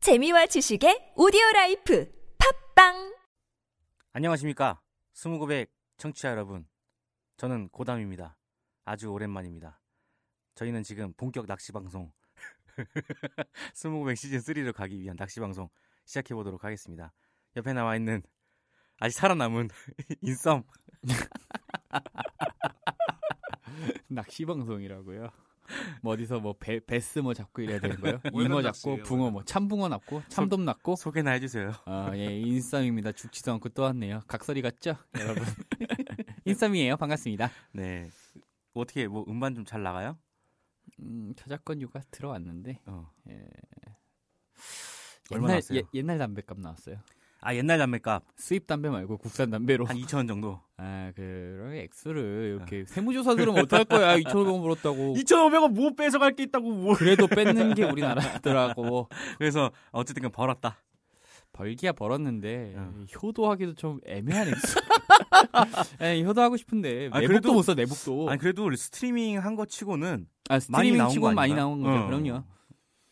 재미와 지식의 오디오 라이프 팝빵 안녕하십니까. 스무고백 청취자 여러분. 저는 고담입니다. 아주 오랜만입니다. 저희는 지금 본격 낚시 방송 스무고백 시즌 3로 가기 위한 낚시 방송 시작해 보도록 하겠습니다. 옆에 나와 있는 아직 살아남은 인썸 낚시 방송이라고요. 뭐 어디서 뭐 배, 베스 뭐 잡고 이래야 되는 거예요? 월남 잉어 낚시예요, 잡고 붕어 뭐 참붕어 낚고 참돔 낚고 소개나 해주세요. 아예 인썸입니다. 죽지도 않고 또 왔네요. 각설이 같죠, 여러분? 인썸이에요. 반갑습니다. 네. 어떻게 뭐 음반 좀 잘 나가요? 음, 저작권료가 들어왔는데 어. 얼마 옛날 나왔어요? 예- 옛날 담배값 나왔어요. 아 옛날 담배값 수입 담배 말고 국산 담배로 한 2천 원 정도. 아 그런 액수를 아. 이렇게 세무조사 들으면 어떡할 거야? 2천 원 벌었다고. 2,500원 뭐 뺏어갈 게 있다고 뭐. 그래도 뺏는 게 우리나라더라고. 그래서 어쨌든 그냥 벌었다. 벌기야 벌었는데 어. 효도하기도 좀 애매한 액수. 아니, 효도하고 싶은데 아니, 내복도 그래도- 못 사 내복도. 아니 그래도 스트리밍 한 거 치고는 아 많이 스트리밍 나온 거 치고 많이 아닌가요? 나온 거죠. 어. 그럼요.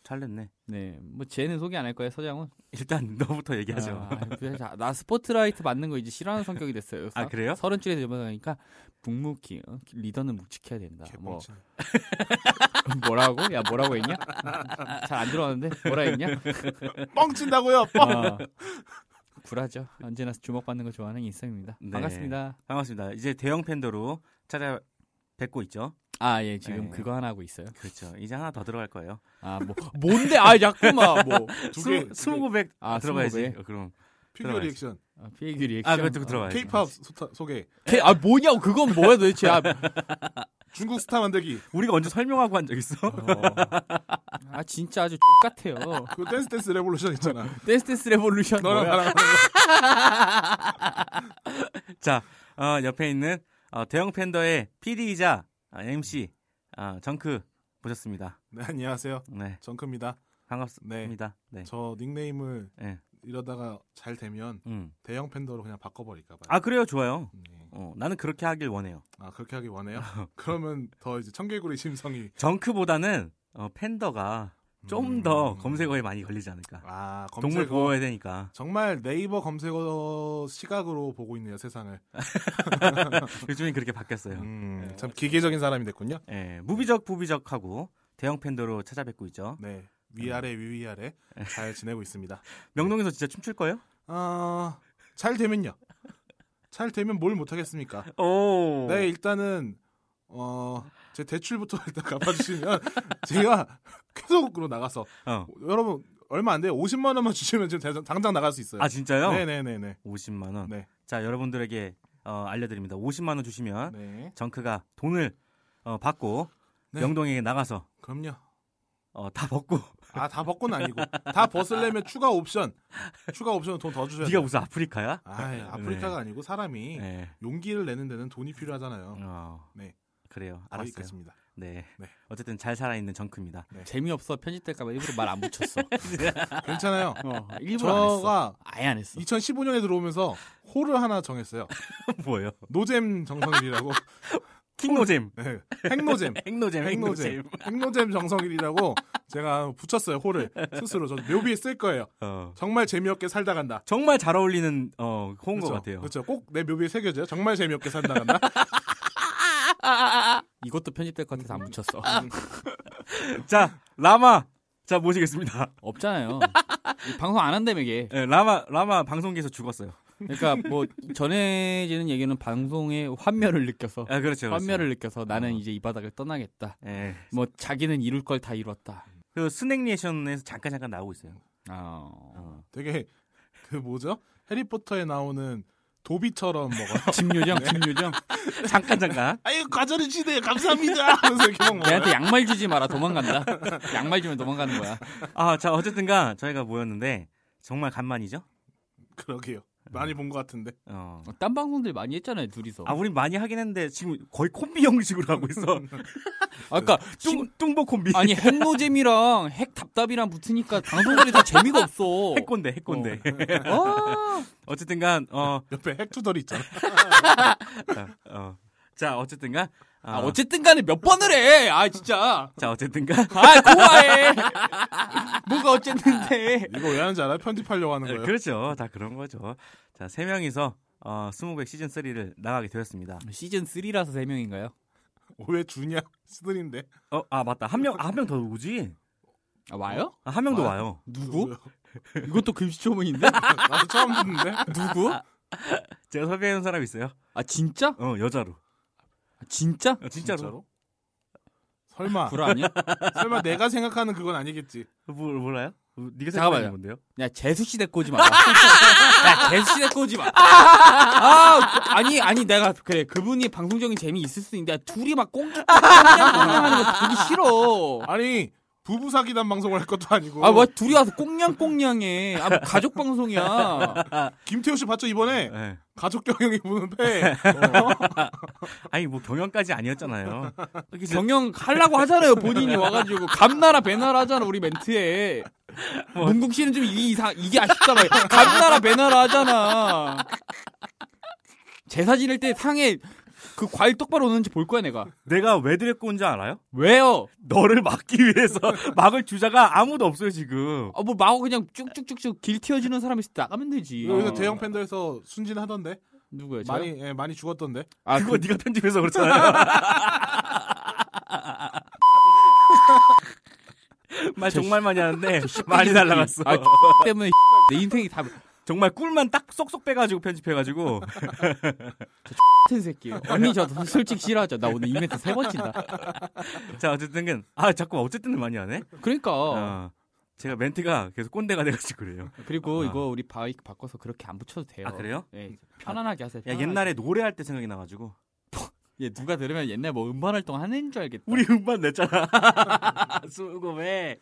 잘 냈네. 네, 뭐 쟤는 소개 안 할 거예요 서장훈. 일단 너부터 얘기하죠. 아, 그래, 자, 나 스포트라이트 받는 거 이제 싫어하는 성격이 됐어요. 아, 그래요? 서른 줄에 넘어가니까 북묵히 어? 리더는 묵직해야 된다. 뭐 아, 개뻥치. 뭐라고? 야 뭐라고 했냐? 잘 안 들어왔는데 뭐라 했냐? 뻥친다고요. 어, 굴하죠. 언제나 주목 받는 거 좋아하는 인성입니다. 네. 반갑습니다. 반갑습니다. 이제 대형 팬더로 찾아뵙고 있죠. 아, 예, 지금 네. 그거 하나 하고 있어요. 그렇죠. 이제 하나 더 들어갈 거예요. 아, 뭐, 뭔데? 아, 자꾸만, 뭐. 두 개, 두 개. 스무고백 아, 들어가야지. 스무고백. 어, 그럼 피규어 들어가야지. 리액션. 아, 피규어 리액션. 아 그것도 들어가야지. K-팝 소타- 소개. 걔- 아, 뭐냐고, 그건 뭐야 도대체. 아, 중국 스타 만들기. 우리가 언제 설명하고 한 적 있어? 아, 진짜 아주 똑같아요. 그 댄스 댄스 레볼루션 있잖아. 댄스 댄스 레볼루션. 너랑 뭐야? 나랑 자, 어, 옆에 있는 어, 대형 팬더의 PD이자 MC 아, 정크 보셨습니다. 네, 안녕하세요. 네, 정크입니다. 반갑습니다. 네, 저 닉네임을 네. 이러다가 잘 되면 음. 대형 팬더로 그냥 바꿔버릴까 봐요. 아 그래요, 좋아요. 네. 어, 나는 그렇게 하길 원해요. 아 그렇게 하기 원해요? 그러면 더 이제 청개구리 심성이 정크보다는 어, 팬더가 좀 더 검색어에 많이 걸리지 않을까. 음. 아 동물 검색어 보호해야 되니까. 정말 네이버 검색어 시각으로 보고 있네요 세상을. 요즘엔 그렇게 바뀌었어요. 음, 참 기계적인 사람이 됐군요. 예, 무비적 부비적하고 대형 팬더로 찾아뵙고 있죠. 네 위아래 위위아래 잘 지내고 있습니다. 명동에서 진짜 춤출 거예요? 아, 잘 되면요. 잘 되면 뭘 못하겠습니까? 오. 네, 일단은, 어, 제 대출부터 일단 갚아주시면, 제가 쾌속으로 나가서, 어. 여러분, 얼마 안 돼요. 50만원만 주시면 지금 대- 당장 나갈 수 있어요. 아 진짜요? 네. 아, 네네네네. 50만 원. 네. 자 여러분들에게 어, 알려드립니다. 50만 원 주시면 네. 정크가 돈을 어, 받고 네. 명동에 나가서 그럼요. 어, 다 벗고 아, 다 벗고는 아니고. 다 벗으려면 추가 옵션. 추가 옵션은 돈 더 주셔야 네가 돼요. 무슨 아프리카야? 아, 아프리카가 아니고 사람이 네. 용기를 내는 데는 돈이 필요하잖아요. 어. 네. 그래요. 거의 알았어요. 그렇습니다. 네. 네. 어쨌든 잘 살아있는 정크입니다. 재미없어. 편집될까봐 일부러 말 안 붙였어. 괜찮아요. 어, 일부러 안 했어. 저가 아예 안 했어. 2015년에 들어오면서 홀을 하나 정했어요. 뭐예요? 노잼 정성일이라고. 킹노잼. 네. 핵노잼. 핵노잼. 핵노잼. 핵노잼 정성일이라고 제가 붙였어요, 홀을. 스스로. 저 묘비에 쓸 거예요. 어. 정말 재미없게 살다 간다. 정말 잘 어울리는 어, 호인 것 그렇죠? 같아요. 그렇죠. 꼭 내 묘비에 새겨져요. 정말 재미없게 살다 간다. 이것도 편집될 것 같아서 안 붙였어. 자 라마 자 모시겠습니다. 없잖아요. 이 방송 안 한다며, 이게. 예, 라마 라마 방송기에서 죽었어요. 예, 그러니까 뭐, 전해지는 얘기는 방송의 환멸을 느껴서. 아 그렇죠. 그렇죠. 환멸을 느껴서 나는 어. 이제 이 바닥을 떠나겠다. 예. 뭐 자기는 이룰 걸 다 이뤘다. 그 스낵 리에이션에서 잠깐 잠깐 나오고 있어요. 아, 어. 되게, 그 뭐죠? 해리포터에 나오는 도비처럼 먹어요. 집요정, 집요정. 잠깐 잠깐. 아유, 과자를 주네요. 감사합니다. 그래서 이렇게 네, 막 먹어요. 걔한테 양말 주지 마라. 도망간다. 양말 주면 도망가는 거야. 아 자 어쨌든간 저희가 모였는데 정말 간만이죠. 그러게요. 많이 본 것 같은데. 어. 어, 딴 방송들 많이 했잖아요. 둘이서. 아 우리 많이 하긴 했는데 지금 거의 콤비 형식으로 하고 있어. 아까 그러니까 뚱 뚱보 콤비. 아니 핵노잼이랑 핵답답이랑 붙으니까 방송들이 다 재미가 없어. 핵꼰대 핵꼰대. 아, 어쨌든간 어, 옆에 핵투덜이 있잖아. 어. 자 어쨌든간 아, 아, 어쨌든 간에 몇 번을 해. 아, 진짜. 자 어쨌든가 아, 고아해. 뭐가 어쨌는데. 이거 왜 하는지 알아요? 편집하려고 하는 거예요. 그렇죠. 다 그런 거죠. 자, 세 명이서 어, 스무백 시즌 3를 나가게 되었습니다. 시즌 3라서 3명인가요? 왜 주냐? 스들인데. 어, 아 맞다. 한 명, 한 명 더 오지. 아, 와요? 아, 한 명 더 와요? 와요. 누구? 이것도 금시초문인데? 나도 처음 듣는데. 누구? 제가 섭외하는 사람 있어요. 아, 진짜? 어, 여자로. 아, 진짜? 어, 진짜로. 설마. 불 아니야? 설마 내가 생각하는 그건 아니겠지. 뭘 몰라요? 어, 네가 잠깐만요. 생각하는 건데요? 야, 재수씨 데리고 오지 마라. 야, 재수씨 데리고 오지 마. 아, 그- 아니, 아니, 내가, 그래, 그분이 방송적인 재미 있을 수 있는데, 둘이 막 꽁꽁 하는 거 보기 싫어. 아니 부부 사기단 방송을 할 것도 아니고. 아, 뭐, 둘이 와서 꽁냥꽁냥해. 아, 뭐 가족 방송이야. 김태우 씨 봤죠 이번에 예. 가족 경영이 보는데 아니 뭐 경영까지 아니었잖아요. 이렇게 저- 경영 하려고 하잖아요, 본인이 와가지고. 감나라 배나라 하잖아, 우리 멘트에. 뭐. 문국 씨는 좀 이, 이상, 이게 아쉽잖아요. 감나라 배나라 하잖아. 제사 지낼 때 상에 그 과일 똑바로 오는지 볼 거야, 내가. 내가 왜 데리고 온 줄 알아요? 왜요? 너를 막기 위해서 막을 주자가 아무도 없어요 지금. 아, 뭐 마구 그냥 쭉쭉쭉쭉 길 튀어지는 사람 있을 때 나가면 되지. 어. 여기서 대형 팬더에서 순진하던데 누구예요? 저요? 많이 예, 많이 죽었던데. 아, 그거 네가 편집해서 그렇잖아요. 말 정말 많이 하는데 많이 날라갔어. 그 아, 때문에 내 인생이 다 정말 꿀만 딱 쏙쏙 빼가지고 편집해가지고 같은 새끼예요. 언니 저 솔직히 싫어하죠. 나 오늘 이벤트 세 번 친다. 자 어쨌든은 아 자꾸 어쨌든 많이 하네. 그러니까 어, 제가 멘트가 계속 꼰대가 돼가지고 그래요. 그리고 아. 이거 우리 바이 바꿔서 그렇게 안 붙여도 돼요. 아 그래요? 예, 편안하게 하세요. 야 편안하게. 옛날에 노래할 때 생각이 나가지고 예, 누가 들으면 옛날 뭐 음반 활동 하는 줄 알겠다. 우리 음반 냈잖아. 수고해.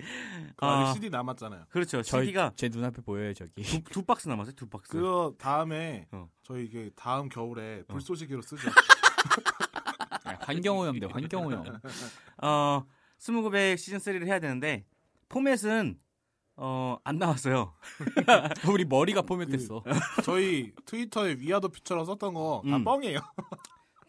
그 안에 아. CD 남았잖아요. 그렇죠. 저희 CD가 제 눈앞에 보여요 저기. 두, 두 박스 남았어요. 두 박스. 그 다음에 어. 저희 이게 다음 겨울에 불쏘시개로 쓰죠. 아, 환경오염돼 환경오염. 어 스무고백 시즌 3를 해야 되는데 포맷은 어안 나왔어요. 우리 머리가 포맷됐어. 그, 저희 트위터에 위아더 퓨처라고 썼던 거 다 음. 뻥이에요.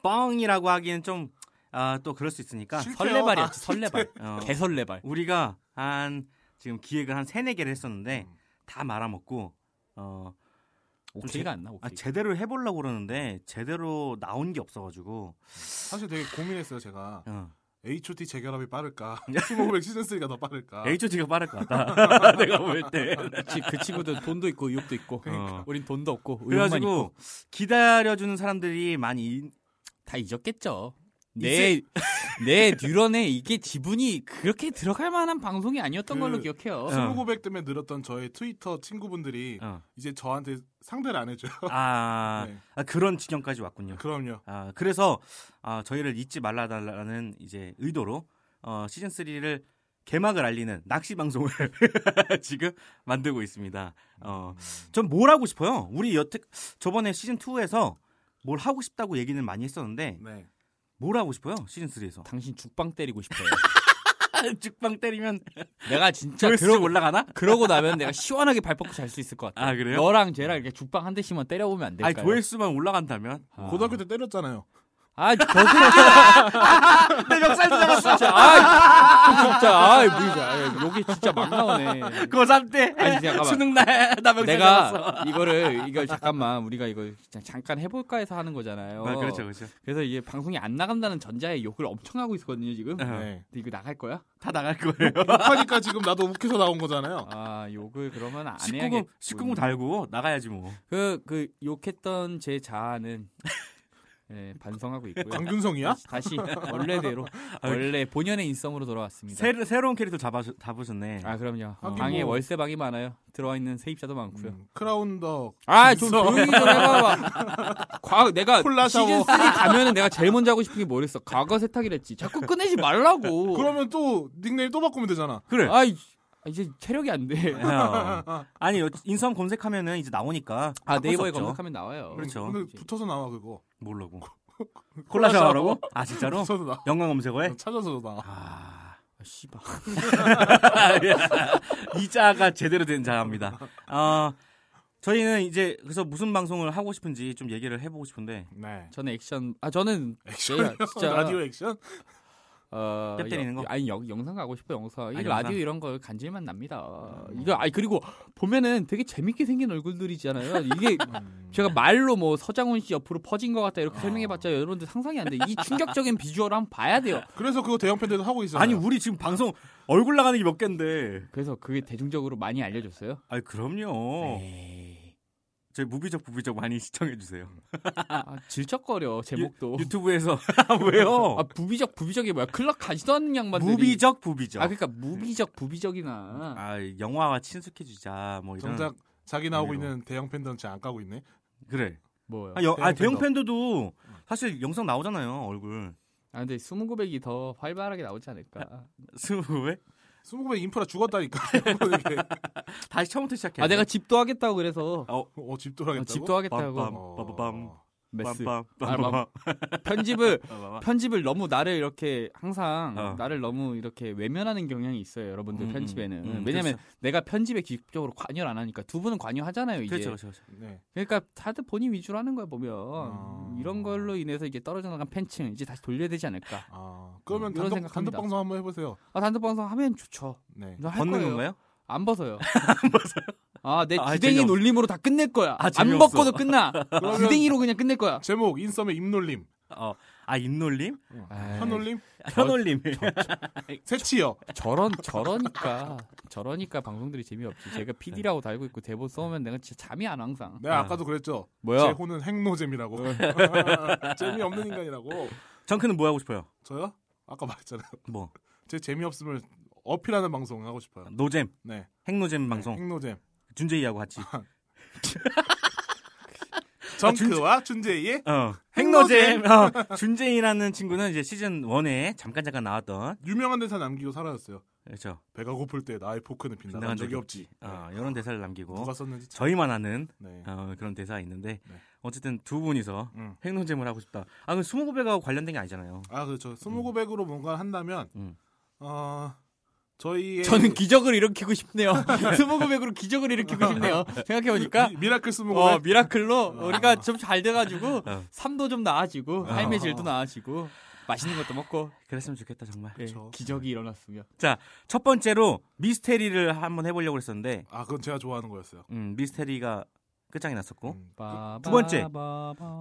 뻥이라고 하기는 좀 아 또 그럴 수 있으니까 실패요. 설레발이야 아, 설레발. 어, 개설레발. 우리가 한 지금 기획을 한 세네 개를 했었는데 음. 다 말아먹고 어 오케이가 안 나. 오케이. 아, 제대로 해보려고 그러는데 제대로 나온 게 없어가지고 사실 되게 고민했어요 제가. 어. H.O.T 재결합이 빠를까? 스모백 시즌 3가 더 아. 빠를까? H.O.T.가 빠를 것 같다. 내가 볼 때. 그치, 그 친구들 돈도 있고 의욕도 있고. 어. 그러니까. 우린 돈도 없고 의욕만 있고. 그래가지고 기다려주는 사람들이 많이 인- 다 잊었겠죠. 내, 내 뉴런에 이게 지분이 그렇게 들어갈 만한 방송이 아니었던 그- 걸로 기억해요. 어. 스모고백 때문에 늘었던 저의 트위터 친구분들이 어. 이제 저한테 상대를 안 해줘요. 아, 네. 아, 그런 지경까지 왔군요. 그럼요. 아, 그래서 아, 저희를 잊지 말라달라는 이제 의도로 어, 시즌 3를 개막을 알리는 낚시 방송을 지금 만들고 있습니다. 어, 전 뭘 하고 싶어요? 우리 여태 저번에 시즌 2에서 뭘 하고 싶다고 얘기는 많이 했었는데 네. 뭘 하고 싶어요? 시즌 3에서 당신 죽빵 때리고 싶어요. 죽방 때리면 내가 진짜 조회수 그러, 쭉 올라가나? 그러고 나면 내가 시원하게 발 뻗고 잘 수 있을 것 같아. 아 그래요? 너랑 쟤랑 이렇게 죽빵 한 대씩만 때려보면 안 아니 될까요? 조회수만 올라간다면 아. 고등학교 때 때렸잖아요. 아, 저 새끼야. 내 멱살 들어갔어. 진짜. 아, 진짜. 아, 뭐야. 여기 진짜 막 나오네. 고3 때 아니, 잠깐만. 수능 날나 멱살 잡았어. 내가 이거를 이걸 잠깐만 우리가 이거 그냥 잠깐 해볼까 해서 하는 거잖아요. 아, 그렇죠 그렇죠. 그래서 이게 방송이 안 나간다는 전자에 욕을 엄청 하고 있었거든요 지금. 어. 네. 근데 이거 나갈 거야? 다 나갈 거예요. 하니까 지금 나도 욱해서 나온 거잖아요. 아 욕을 그러면 안 19금 해야겠. 19금 달고 나가야지 뭐. 그그 욕했던 제 자아는 예, 반성하고 있고요. 강균성이야? 다시 원래대로 아, 원래 본연의 인성으로 돌아왔습니다. 새, 새로운 캐릭터 잡아 잡으셨네. 아 그럼요. 하긴 방에 뭐- 월세 방이 많아요. 들어와 있는 세입자도 많고요. 음, 크라운더 아, 좀 조용히 좀 해봐봐. 과거, 내가 콜라 시즌 샤워. 3 가면은 내가 제일 먼저 하고 싶은 게 뭐랬어? 과거 세탁이랬지. 자꾸 꺼내지 말라고. 그러면 또 닉네임 또 바꾸면 되잖아. 그래. 아, 이- 아, 이제 체력이 안 돼. 어. 아니 여- 인성 검색하면은 이제 나오니까. 아, 바꿀 수 네이버에 없죠. 검색하면 나와요. 그렇죠. 근데 붙어서 나와 그거. 모르고. 콜라 콜라샤워라고? 아 진짜로? 붙어서 나. 영광 검색어에? 찾아서 나와. 아. 아, 씨발. 이 자가 제대로 된 자입니다. 어, 저희는 이제 그래서 무슨 방송을 하고 싶은지 좀 얘기를 해보고 싶은데 네. 저는 액션 아 저는 액션 내가 진짜- 라디오 액션? 어, 뼈 때리는 여- 거? 아니 여, 영상 가고 싶어 영상. 이 아, 영상? 라디오 이런 거 간질만 납니다. 이거 아니 그리고 보면은 되게 재밌게 생긴 얼굴들이잖아요. 이게 제가 말로 뭐 서장훈 씨 옆으로 퍼진 것 같다 이렇게 설명해봤자 여러분들 상상이 안 돼. 이 충격적인 비주얼을 한번 봐야 돼요. 그래서 그거 대형 팬들도 하고 있어요. 아니 우리 지금 방송 얼굴 나가는 게 몇 개인데 그래서 그게 대중적으로 많이 알려졌어요. 아 그럼요 네. 에이. 저희 무비적 부비적 많이 시청해 주세요 아, 질척거려 제목도. 유튜브에서 왜요 아 부비적 부비적이 뭐야? 클럽 가지도 않는 양반들이. 무비적 아. 부비적 아 아, 그러니까 무비적 부비적이나. 영화와 친숙해 주자 뭐 이런 정작 자기 나오고 의미로. 있는 대형 팬들은 진짜 안 까고 있네. 그래 뭐요? 아, 여, 아 대형 대형 팬들도 사실 영상 나오잖아요 얼굴 아 근데 스무 고백이 더 활발하게 나오지 아, 않을까. 아, 스무 왜 스무고백 인프라 죽었다니까. 이렇게. 다시 처음부터 시작해 아 내가 집도 하겠다고 그래서 아, 어, 집도하겠다고. 어. 집도 하겠다고 아, 빰빰. 빠바밤. 메스 아, 빰빰 편집을 빰빰 편집을 너무 나를 이렇게 항상 어. 나를 너무 이렇게 외면하는 경향이 있어요 여러분들 음, 음, 편집에는 음, 왜냐면 그렇죠. 내가 편집에 기적으로 관여를 안 하니까 두 분은 관여하잖아요 이제 그렇죠 그렇죠 그렇죠. 네. 러니까 다들 본인 위주로 하는 거야 보면 아. 어. 이런 걸로 인해서 이제 떨어져 나간 팬층 이제 다시 돌려야 되지 않을까 아, 그러면 음, 이런 단독, 생각합니다. 단독 방송 한번 해보세요. 아 단독 방송 하면 좋죠 네. 저할 걷는 거예요. 건가요 안 벗어요 아내 아, 주댕이 재미없어. 놀림으로 다 끝낼 거야 아, 안 재미없어. 벗고도 끝나 그러면- 주댕이로 그냥 끝낼 거야 제목 인썸의 입놀림, 어아 아, 입놀림 어, 에이. 현놀림, 현올림 새치여. 저런 저러니까 저러니까 방송들이 재미없지. 네. 제가 PD라고 달고 있고 대본 써오면 내가 진짜 잠이 안 와, 항상. 내가 네, 아까도 그랬죠. 뭐야? 제 호는 행노잼이라고. 재미없는 인간이라고. 정크는 뭐 하고 싶어요 저요? 아까 말했잖아요. 뭐 제 재미없음을 어필하는 방송 하고 싶어요. 노잼 네. 핵노잼 방송 행노잼. 준재이하고 같이 정크와 준재이의 어, 핵노잼. 핵노잼. 어, 준재이라는 친구는 이제 시즌 1에 잠깐 잠깐 나왔던 유명한 대사 남기고 사라졌어요. 그렇죠. 배가 고플 때 나의 포크는 빗나간 빗나간 적이 적이 없지. 어, 이런 대사를 남기고 누가 썼는지 참- 저희만 아는 네. 어, 그런 대사가 있는데 네. 어쨌든 두 분이서 음. 핵노잼을 하고 싶다. 아, 그 스무고백하고 관련된 게 아니잖아요. 아 그렇죠. 스무고백으로 뭔가 한다면 음. 어 저희의 저는 기적을 일으키고 싶네요. 스모그백으로 기적을 일으키고 싶네요. 생각해 보니까 미, 라클 어 스무고백 미라클로 우리가 좀 잘 돼가지고 어. 삶도 좀 나아지고 삶의 질도 나아지고 맛있는 것도 먹고 그랬으면 아, 좋겠다 정말. 예, 그쵸. 기적이 일어났으면 자, 첫 번째로 미스테리를 한번 해보려고 했었는데 아 그건 제가 좋아하는 거였어요. 음, 미스테리가 끝장이 났었고 음. 그 두 번째.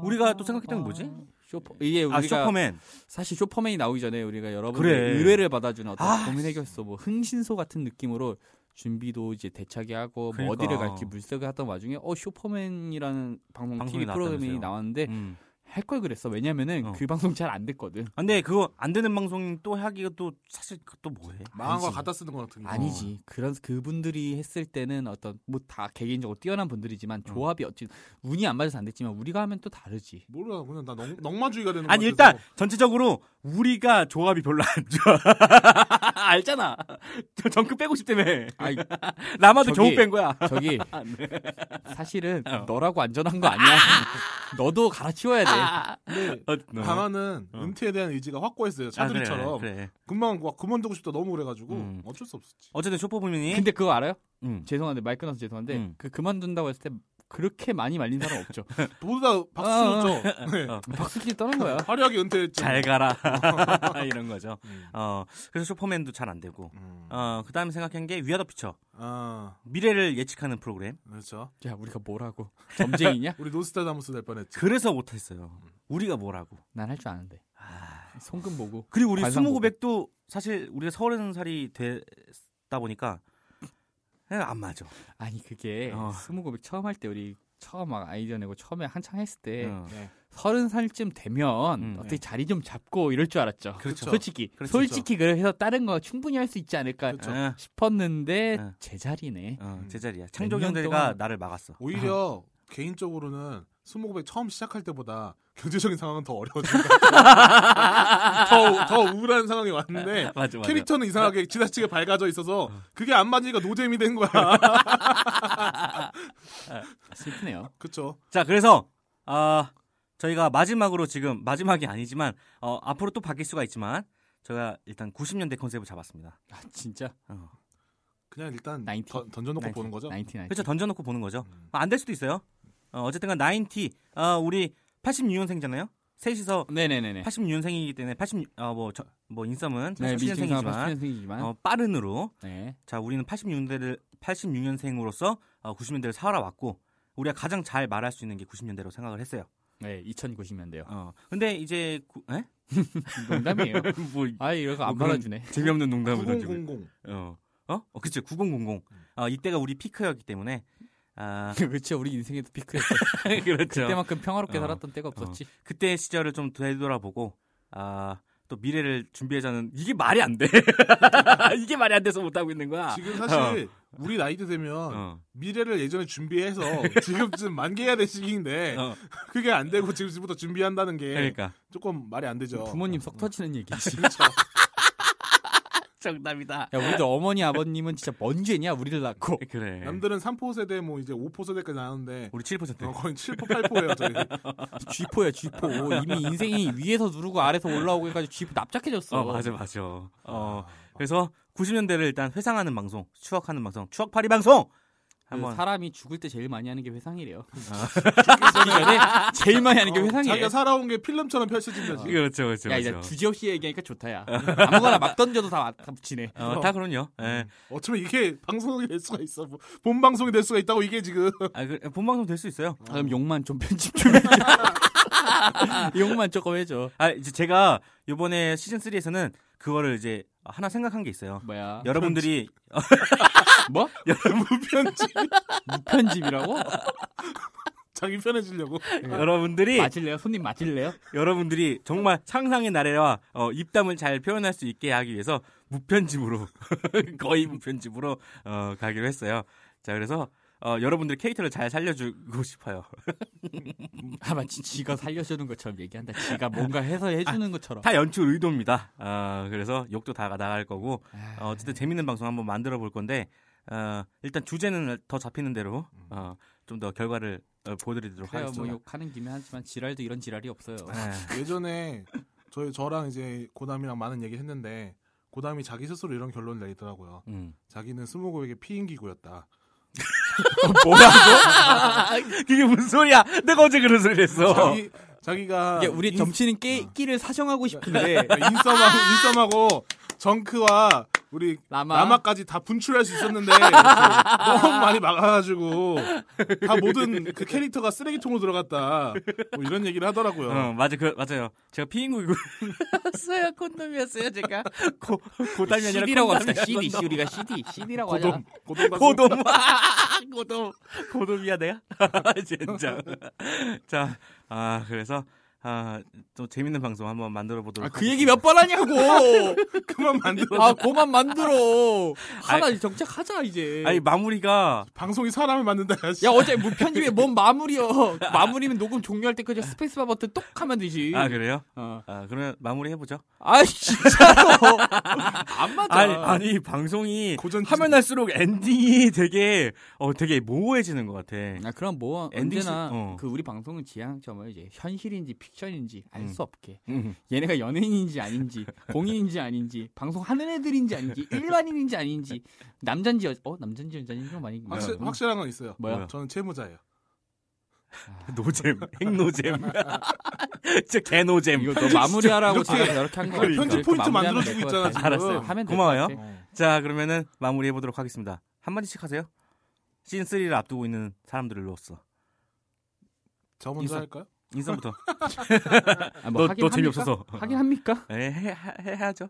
우리가 또 생각했던 게 게 뭐지? 쇼퍼 이게 우리가 아, 슈퍼맨. 사실 쇼퍼맨이 나오기 전에 우리가 여러분의 그래. 의뢰를 받아주는 어떤 아, 고민 해결소 뭐 흥신소 같은 느낌으로 준비도 이제 대차게 하고 뭐 그러니까. 어디를 갈지 물색을 하던 와중에 어 쇼퍼맨이라는 방송 방송이 TV 프로그램이 나왔다면서요. 나왔는데 음. 할 걸 그랬어 왜냐면은 어. 그 방송 잘 안 됐거든 아, 근데 그거 안 되는 방송 또 하기가 또 사실 그거 또 뭐해? 망한 거 아니지. 갖다 쓰는 거 같은 거. 아니지 그런 그분들이 했을 때는 어떤 뭐 다 개인적으로 뛰어난 분들이지만 조합이 어찌 운이 안 맞아서 안 됐지만 우리가 하면 또 다르지 몰라 그냥 나 넉, 넉마주의가 되는 거 아니 일단 전체적으로 우리가 조합이 별로 안 좋아. 알잖아. 저 정크 빼고 싶다며. 아이 네. 남한테 저기- 저거 뺀 거야. 아, 저기 사실은 너라고 안전한 거 아니야 너도 갈아치워야 돼 강화는 은퇴에 대한 의지가 확고했어요. 차두리처럼 네. 어. 아, 어. 그래, 그래. 금방 와, 그만두고 싶다 너무 그래가지고 음. 어쩔 수 없었지. 어쨌든 쇼퍼분이 근데 그거 알아요? 음. 죄송한데 말 끊어서 죄송한데 음. 그 그만둔다고 했을 때 그렇게 많이 말린 사람 없죠. 모두 다 박수 쳤죠. 네. 박수끼리 떠는 거야. 화려하게 은퇴했죠. 어. 잘 가라 이런 거죠. 음. 어 그래서 쇼퍼맨도 잘 안 되고 음. 어 그다음에 생각한 게 위아더 피처 아 미래를 예측하는 프로그램 그렇죠. 야 우리가 뭐라고 점쟁이냐? 우리 노스타다무스 될 뻔했지. 그래서 못했어요. 우리가 뭐라고 난 할 줄 아는데. 송금 보고 그리고 우리 관상 보고. 스무고백도 사실 우리가 서른 살이 됐다 보니까 그냥 안 맞아. 아니 그게 어. 스무고백 처음 할 때 우리 처음 막 아이디어 내고 처음에 한창 했을 때 어. 네. 서른 살쯤 되면 음, 어떻게 자리 좀 잡고 이럴 줄 알았죠. 그렇죠. 솔직히 그렇죠. 솔직히 그래서 다른 거 충분히 할 수 있지 않을까 그렇죠. 아, 싶었는데 네. 제자리네. 어, 음. 제자리야. 년 창조경제가 동안- 나를 막았어. 오히려 개인적으로는 스무고백 처음 시작할 때보다 경제적인 상황은 더 어려워진 것 같아요. 더, 더 우울한 상황이 왔는데 맞아, 맞아. 캐릭터는 이상하게 지나치게 밝아져 있어서 그게 안 맞으니까 노잼이 된 거야. 어. 아, 슬프네요. 그쵸? 자, 그래서 아 저희가 마지막으로 지금 마지막이 아니지만 어, 앞으로 또 바뀔 수가 있지만 저희가 일단 90년대 컨셉을 잡았습니다. 아 진짜 어. 그냥 일단 90. 던- 던져놓고 90, 보는 거죠. 90, 90. 그렇죠 던져놓고 보는 거죠. 아, 안 될 수도 있어요. 어, 어쨌든간 90 어, 우리 86년생잖아요. 셋이서 네네네네. 86년생이기 때문에 80어뭐뭐 인썸은 네, 미팅상 87년생이지만 87년생이지만. 어, 빠른으로 네. 자 우리는 86년대를 86년생으로서 90년대를 살아왔고 우리가 가장 잘 말할 수 있는 게 90년대로 생각을 했어요. 네, 2090년대요. 어 근데 이제 구- 에? 농담이에요. 뭐 아, 이거 안 뭐 그런 받아주네. 재미없는 농담을 던지고 9000. 어, 어? 어 그쵸, 9000. 어, 이때가 우리 피크였기 때문에, 아, 그렇죠. 우리 인생에도 피크였어. 그렇죠. 그때만큼 평화롭게 어. 살았던 때가 없었지. 그때 시절을 좀 되돌아보고, 아, 또 미래를 준비하자는, 이게 말이 안 돼. 이게 말이 안 돼서 못하고 있는 거야. 지금 사실 우리 나이대 되면 아. 어. 미래를 예전에 준비해서 지금쯤 만개해야 될 시기인데 어, 그게 안 되고 지금부터 준비한다는 게 그러니까. 조금 말이 안 되죠. 부모님 석 터지는 얘기지. 그렇죠. 정답이다. 야, 우리도 어머니 아버님은 진짜 뭔 죄냐 우리를 낳고. 그래. 남들은 3포 세대 뭐 이제 5포 세대까지 나왔는데 우리 7%. 어, 거의 7포 8포예요 저희. 쥐포야 쥐포. 이미 인생이 위에서 누르고 아래서 올라오고 해가지고 쥐포 납작해졌어. 어, 맞아, 맞아. 어, 그래서 90년대를 일단 회상하는 방송, 추억하는 방송, 추억팔이 방송! 그 한번. 아. 사람이 죽을 때 제일 많이 하는 게 회상이래요. 죽기 전에 제일 많이 어, 하는 게 회상이에요. 자기가 살아온 게 필름처럼 펼쳐진다지. 그렇죠, 그렇죠. 야, 이제 그렇죠. 주제 없이 얘기하니까 좋다, 야. 아무거나 막 던져도 다, 다 붙이네. 어, 다 그럼요. 예. 어쩌면 이게 방송이 될 수가 있어. 뭐, 본 방송이 될 수가 있다고 이게 지금. 아, 그, 본방송 될 수 있어요. 아, 그럼 욕만 좀 편집 좀 해줘. 욕만 조금 해줘. 아 이제 제가 이번에 시즌 3에서는 그거를 이제 하나 생각한 게 있어요. 뭐야? 여러분들이 뭐? 무편지 편집이라고? 자기 편해지려고. 여러분들이 맞을래요? 손님 맞을래요? 여러분들이 정말 상상의 나래와 어, 입담을 잘 표현할 수 있게 하기 위해서 무편집으로 거의 무편집으로 어, 가기로 했어요. 자 그래서 어, 여러분들 캐릭터를 잘 살려주고 싶어요. 아, 마치 지가 살려주는 것처럼 얘기한다. 지가 뭔가 해서 해주는 것처럼. 다 연출 의도입니다. 아, 그래서 욕도 다 나갈 거고 어, 어쨌든 재밌는 방송 한번 만들어 볼 건데 어, 일단 주제는 더 잡히는 대로 어, 좀 더 결과를 어, 보여드리도록 그래요, 하겠습니다. 뭐 욕하는 김에 하지만 지랄도 이런 지랄이 없어요. 예. 예전에 저희 저랑 이제 고담이랑 많은 얘기를 했는데 고담이 자기 스스로 이런 결론을 내리더라고요. 음. 자기는 스모고에게 피인기구였다. 그게 무슨 소리야? 내가 언제 그런 소리를 했어? 자기 자기가 이게 우리 인- 정치는 끼, 끼를 사정하고 싶은데 인썸하고 인썸하고 정크와 우리 라마. 라마까지 다 분출할 수 있었는데 너무 많이 막아가지고 다 모든 그 캐릭터가 쓰레기통으로 들어갔다. 뭐 이런 얘기를 하더라고요. 어, 맞아, 그, 맞아요. 제가 피인국이고. 써요, 콘돔이었어요, 제가. 고, 고담이 아니라 CD라고 콘돔이야, 합시다. CD, 콘돔. 우리가 CD, CD라고 하자. 고동 고동 방송. 고돔. 고돔. 고돔이야, 내가? 진짜. 자, 아, 그래서, 아, 좀 재밌는 방송 한번 만들어 보도록 아, 그 얘기 몇 번 하냐고! 그만 만들어. 아, 그만 만들어! 하나 정착하자, 이제. 아니, 마무리가. 방송이 사람을 만든다. 씨. 야, 어제 무편집에 뭔 마무리여. 마무리면 녹음 종료할 때까지 스페이스바 버튼 똑 하면 되지. 아, 그래요? 어. 아, 그러면 마무리 해보죠. 아이, 진짜로! 안 맞아. 아니, 아니 방송이 고전 하면 할수록 엔딩이 되게 어 되게 모호해지는 것 같아. 아, 그럼 뭐, 엔딩 시- 언제나 어. 그 우리 방송은 지향점을 이제 현실인지 픽션인지 알 수 없게. 음. 얘네가 연예인인지 아닌지 공인인지 아닌지 방송하는 애들인지 아닌지 일반인인지 아닌지 남잔지 여... 어 남잔지 여잔지 이런 거 음. 많이 확실, 뭐야? 확실한 건 있어요. 뭐야? 저는 채무자예요. 노잼, 핵노잼, 진짜 개노잼. 이거 너 마무리하라고 그러니까. 이렇게- 제가 저렇게 한 거야. 아, 편집 포인트 만들어주고 있잖아, 지금. 알았어요. 하면 될것 고마워요. 같아. 네. 자 그러면은 마무리 해보도록 하겠습니다. 한 마디씩 하세요. 시즌 3를 앞두고 있는 사람들로서 저 먼저 인사. 할까요? 인성부터. 아, 뭐 너- 하긴 너 합니까? 재미없어서. 하긴 합니까? 예, 해, 해, 해야죠.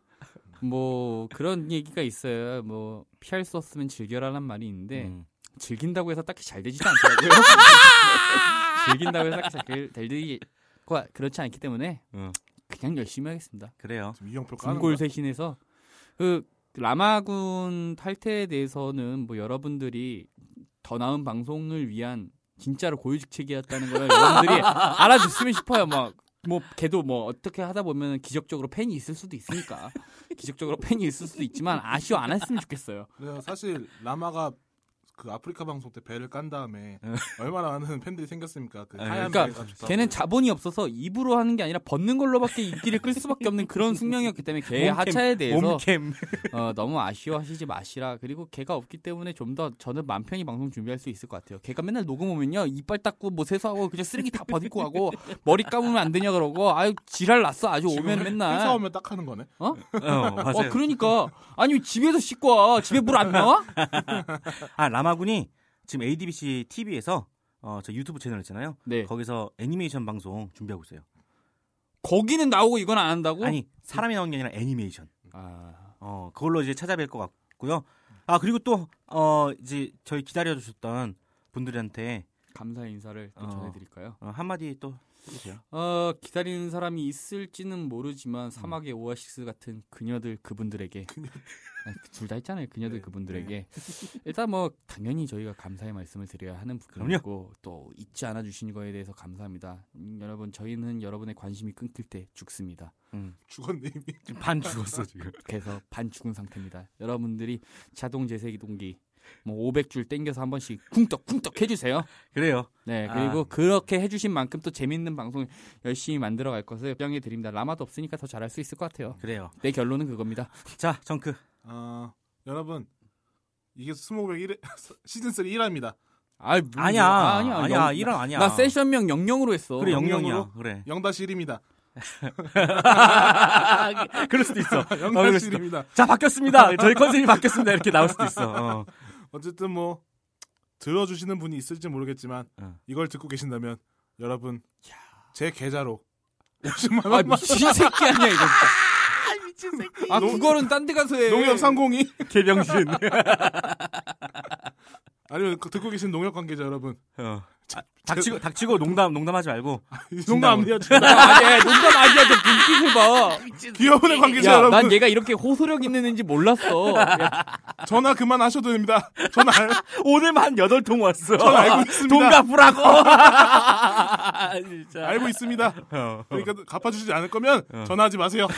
뭐 그런 얘기가 있어요. 뭐 피할 수 없으면 즐겨라는 말이 있는데 음. 즐긴다고 해서 딱히 잘 되지도 않더라고요. 즐긴다고 해서 딱히 그, 잘될거 그렇지 않기 때문에 음. 그냥 열심히 하겠습니다. 그래요. 지금 이영표 까는 뭐? 군골 거야? 쇄신에서 그 라마군 탈퇴에 대해서는 뭐 여러분들이 더 나은 방송을 위한 진짜로 고유직 책이었다는 걸 여러분들이 알아줬으면 싶어요. 막. 뭐 걔도 뭐 어떻게 하다 보면 기적적으로 팬이 있을 수도 있으니까 기적적으로 팬이 있을 수도 있지만 아쉬워 안 했으면 좋겠어요. 그래서 사실 네, 라마가 그 아프리카 방송 때 배를 깐 다음에 얼마나 많은 팬들이 생겼습니까? 그 네, 하얀 그러니까 배를 가지고. 걔는 자본이 없어서 입으로 하는 게 아니라 벗는 걸로밖에 인기를 끌 수밖에 없는 그런 숙명이었기 때문에 걔의 몸캠, 하차에 대해서 몸캠. 어, 너무 아쉬워하시지 마시라. 그리고 걔가 없기 때문에 좀 더 저는 맘 편히 방송 준비할 수 있을 것 같아요. 걔가 맨날 녹음 오면요. 이빨 닦고 뭐 세수하고 그냥 쓰레기 다 버리고 하고 머리 감으면 안 되냐 그러고 아유 지랄 났어. 아주 오면 맨날 회사 오면 딱 하는 거네. 어, 맞아요. 어 그러니까 아니 집에서 씻고 와. 집에 물 안 나와? 아 라마군이 지금 ADBC TV에서 어, 저 유튜브 채널 있잖아요. 네. 거기서 애니메이션 방송 준비하고 있어요. 거기는 나오고 이건 안 한다고? 아니 사람이 나오는 게 아니라 애니메이션. 아, 어 그걸로 이제 찾아뵐 것 같고요. 아 그리고 또 어 이제 저희 기다려 주셨던 분들한테 감사 인사를 또 어. 전해드릴까요? 어, 한마디 또 해주세요. 어 기다리는 사람이 있을지는 모르지만 사막의 오아시스 같은 그녀들 그분들에게 둘 다 했잖아요 그녀들 네, 그분들에게 일단 뭐 당연히 저희가 감사의 말씀을 드려야 하는 그럼요. 부분이고 또 잊지 않아 주신 거에 대해서 감사합니다 음, 여러분 저희는 여러분의 관심이 끊길 때 죽습니다 죽었네 이미. 지금 반 죽었어 지금. 그래서 반 죽은 상태입니다 여러분들이 자동 재생이동기 뭐 500줄 땡겨서 한 번씩 쿵떡쿵떡 해주세요 그래요. 네 아. 그리고 그렇게 해주신 만큼 또 재밌는 방송 열심히 만들어갈 것을 명해 드립니다 라마도 없으니까 더 잘할 수 있을 것 같아요 그래요. 내 결론은 그겁니다 자 정크. 아 여러분 이게 스모백 1회 시즌 3 1화입니다. 아이, 뭐, 네. 아니야. 아, 아니야. 영- 이런 아니야. 나 세션명 영영으로 했어. 그래 영영이야. 영영으로? 그래. 0-1입니다. 그럴 수도 있어. 아, 어, 그럴 수도. 0-1입니다. 자 바뀌었습니다. 저희 컨셉이 바뀌었습니다. 이렇게 나올 수도 있어. 어. 어쨌든 뭐 들어주시는 분이 있을지 모르겠지만 어. 이걸 듣고 계신다면 여러분 제 계좌로 50만 아 원만 미친 새끼 아니야 이거. 아 미친 새끼. 아 그거는 딴 데 가서 해. 농협 302 개병신. 아니면 그 듣고 계신 농협 관계자 여러분 어. 아, 닥치고 닥치고 농담 농담하지 말고 농담 아니야 진짜. 아니야 네, 농담 아니야 저 눈빛을 봐. 기업은의 관계자 야, 여러분 난 얘가 이렇게 호소력 있는 애인지 몰랐어. 야, 전화 그만 하셔도 됩니다. 전화 알- 오늘만 여덟 통 왔어. 전 알고 있습니다. 돈 갚으라고. 아, 알고 있습니다. 어. 그러니까 갚아주지 않을 거면 어. 전화하지 마세요.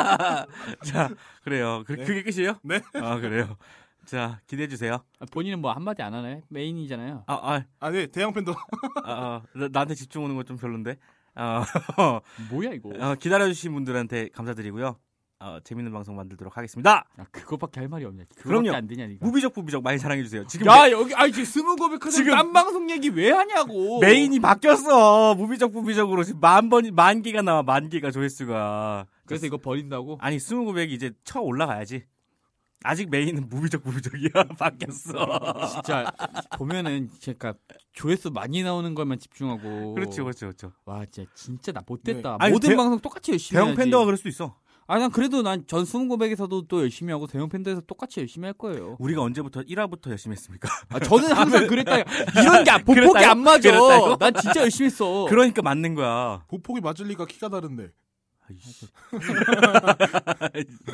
자 그래요. 그, 그게 끝이에요? 네. 아 그래요. 자 기대해 주세요. 본인은 뭐 한마디 안 하네. 메인이잖아요. 아아 아니 대형 팬도 아, 아, 나- 나한테 집중 오는 건 좀 별론데. 어, 뭐야 이거. 어, 기다려주신 분들한테 감사드리고요. 어, 재밌는 방송 만들도록 하겠습니다. 야, 아, 그거밖에 할 말이 없냐. 그럼요. 그거밖에 안 되냐 니가. 무비적 부비적 많이 사랑해주세요. 지금 야 여기 아니 지금 스무고백하는 지금- 딴 방송 얘기 왜 하냐고. 메, 인이 바뀌었어. 무비적 부비적으로 지금 만 번이 만 개가 나와 만 개가 조회수가. 그래서 이거 버린다고. 아니 스무고백이 이제 쳐 올라가야지. 아직 메인은 무비적 부비적이야 바뀌었어. 진짜 보면은 그러니까 조회수 많이 나오는 것만 집중하고 그렇죠 그렇죠 그렇죠. 와 진짜 진짜 나 못됐다 네. 아니, 모든 대- 방송 똑같이 열심히 대형 해야지. 팬더가 그럴 수도 있어. 아난 그래도 난 전 스무고백에서도 또 열심히 하고 대형 팬더에서 똑같이 열심히 할 거예요 우리가 언제부터 1화부터 열심히 했습니까? 아 저는 항상 그랬다 이런 게 안- 보폭이 그랬다요? 안 맞아 그랬다요? 난 진짜 열심히 했어 그러니까 맞는 거야. 보폭이 맞을 리가 키가 다른데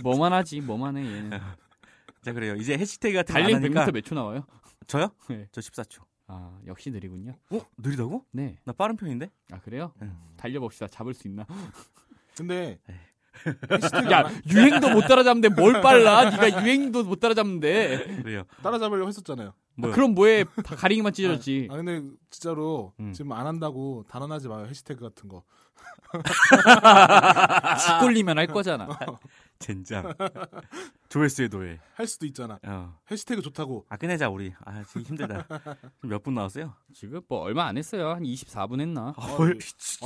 뭐만 하지 뭐만 해 얘는 자 그래요. 이제 해시태그 같은 달린 거안 100m 하니까 몇초 나와요? 저요? 네. 저 14초. 아 역시 느리군요 어? 느리다고? 네아 나 빠른 편인데? 그래요? 달려봅시다 잡을 수 있나? 근데 야 유행도 못 따라잡는데 뭘 빨라 네가 유행도 못 따라잡는데 아, 그래요. 따라잡으려고 했었잖아요. 뭐요? 그럼 뭐해 다 가리기만 찢어졌지 아 근데 진짜로 음. 지금 안 한다고 단언하지 마요 해시태그 같은 거. 아. 꼴리면 할 거잖아. 젠장. 조회수의 노예. 할 수도 있잖아. 어. 해시태그 좋다고. 아 끝내자 우리. 아 지금 힘들다. 지금 몇 분 나왔어요? 지금 뭐 얼마 안 했어요. 한 24분 했나? 아, 아니, 아니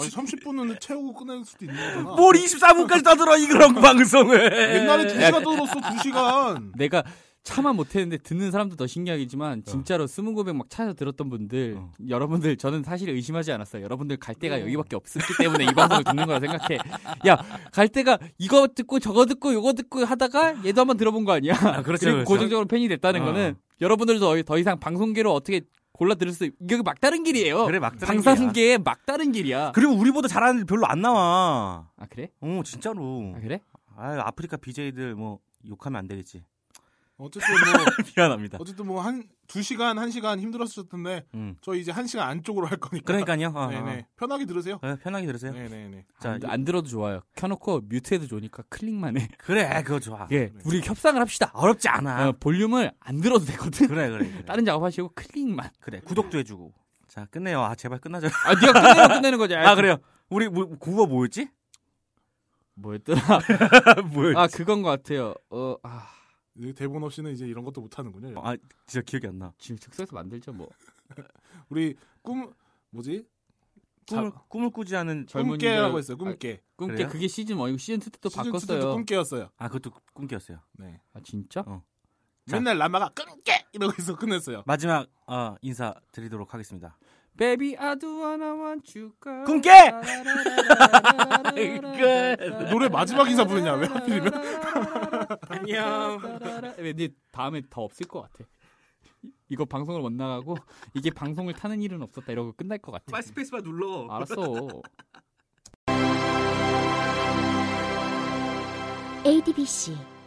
30분은 채우고 끝낼 수도 있는 거잖아. 뭐? 뭘 24분까지 따들어 이 그런 방송을. 옛날에 2시간 떠들었어 2시간. 내가 차마 못했는데 듣는 사람도 더 신기하겠지만 진짜로 스무 고백 막 찾아 들었던 분들 어. 여러분들 저는 사실 의심하지 않았어요. 여러분들 갈 데가 여기밖에 없었기 때문에 이 방송을 듣는 거라 생각해. 야 갈 데가 이거 듣고 저거 듣고 요거 듣고 하다가 얘도 한번 들어본 거 아니야. 그렇죠, 리고 그렇죠. 고정적으로 팬이 됐다는 어. 거는 여러분들도 더- 더 이상 방송계로 어떻게 골라 들을 수 이게 막다른 길이에요. 그래, 막다른 방송계의 막다른 길이야. 그리고 우리보다 잘하는 애 별로 안 나와. 아 그래? 어 진짜로. 아 그래? 아 아프리카 BJ들 뭐 욕하면 안 되겠지. 어쨌든 뭐 미안합니다. 어쨌든 뭐 한 두 시간 한 시간 힘들었을 텐데 음. 저 이제 한 시간 안쪽으로 할 거니까. 그러니까요. 어, 어. 네네 편하게 들으세요. 어, 편하게 들으세요. 네네네. 자, 안, 이- 안 들어도 좋아요. 켜놓고 뮤트해도 좋으니까 클릭만 해. 그래, 그거 좋아. 예, 우리 협상을 합시다. 어렵지 않아. 어, 볼륨을 안 들어도 되거든. 그래, 그래, 그래. 다른 작업하시고 클릭만. 그래, 구독도 해주고. 자, 끝내요. 아, 제발 끝나자. 아, 네가 끝내면 끝내는 거지. 아, 그래요. 우리 뭐, 구호 뭐였지? 뭐였더라? 뭐였지? 아, 그건 것 같아요. 어, 아, 이제 네, 대본 없이는 이제 이런 것도 못 하는군요. 아, 진짜 기억이 안 나. 지금 즉석에서 만들죠, 뭐. 우리 꿈 뭐지? 꿈을, 자- 꿈을 꾸지 않은. 젊은이들- 꿈깨라고 했어요. 꿈깨. 꿈깨 그래요? 그게 시즌 1이고 시즌 2 때도 시즌 2 바꿨어요. 때도 꿈깨였어요. 아, 그것도 꿈이었어요. 네. 아, 진짜? 자. 맨날 라마가 꿈깨 이러고 해서 끝냈어요. 마지막, 어, 인사 드리도록 하겠습니다. Baby, I do wanna want you. girl. 꿈깨! 끝. 노래 마지막 인사 부르냐? 왜 하필이면? 안녕. 근데 다음에 더 없을 것 같아. 이- 이거 방송을 못 나가고 이게 방송을 타는 일은 없었다 이러고 끝날 것 같아. 스페이스바 눌러. 알았어. ADBC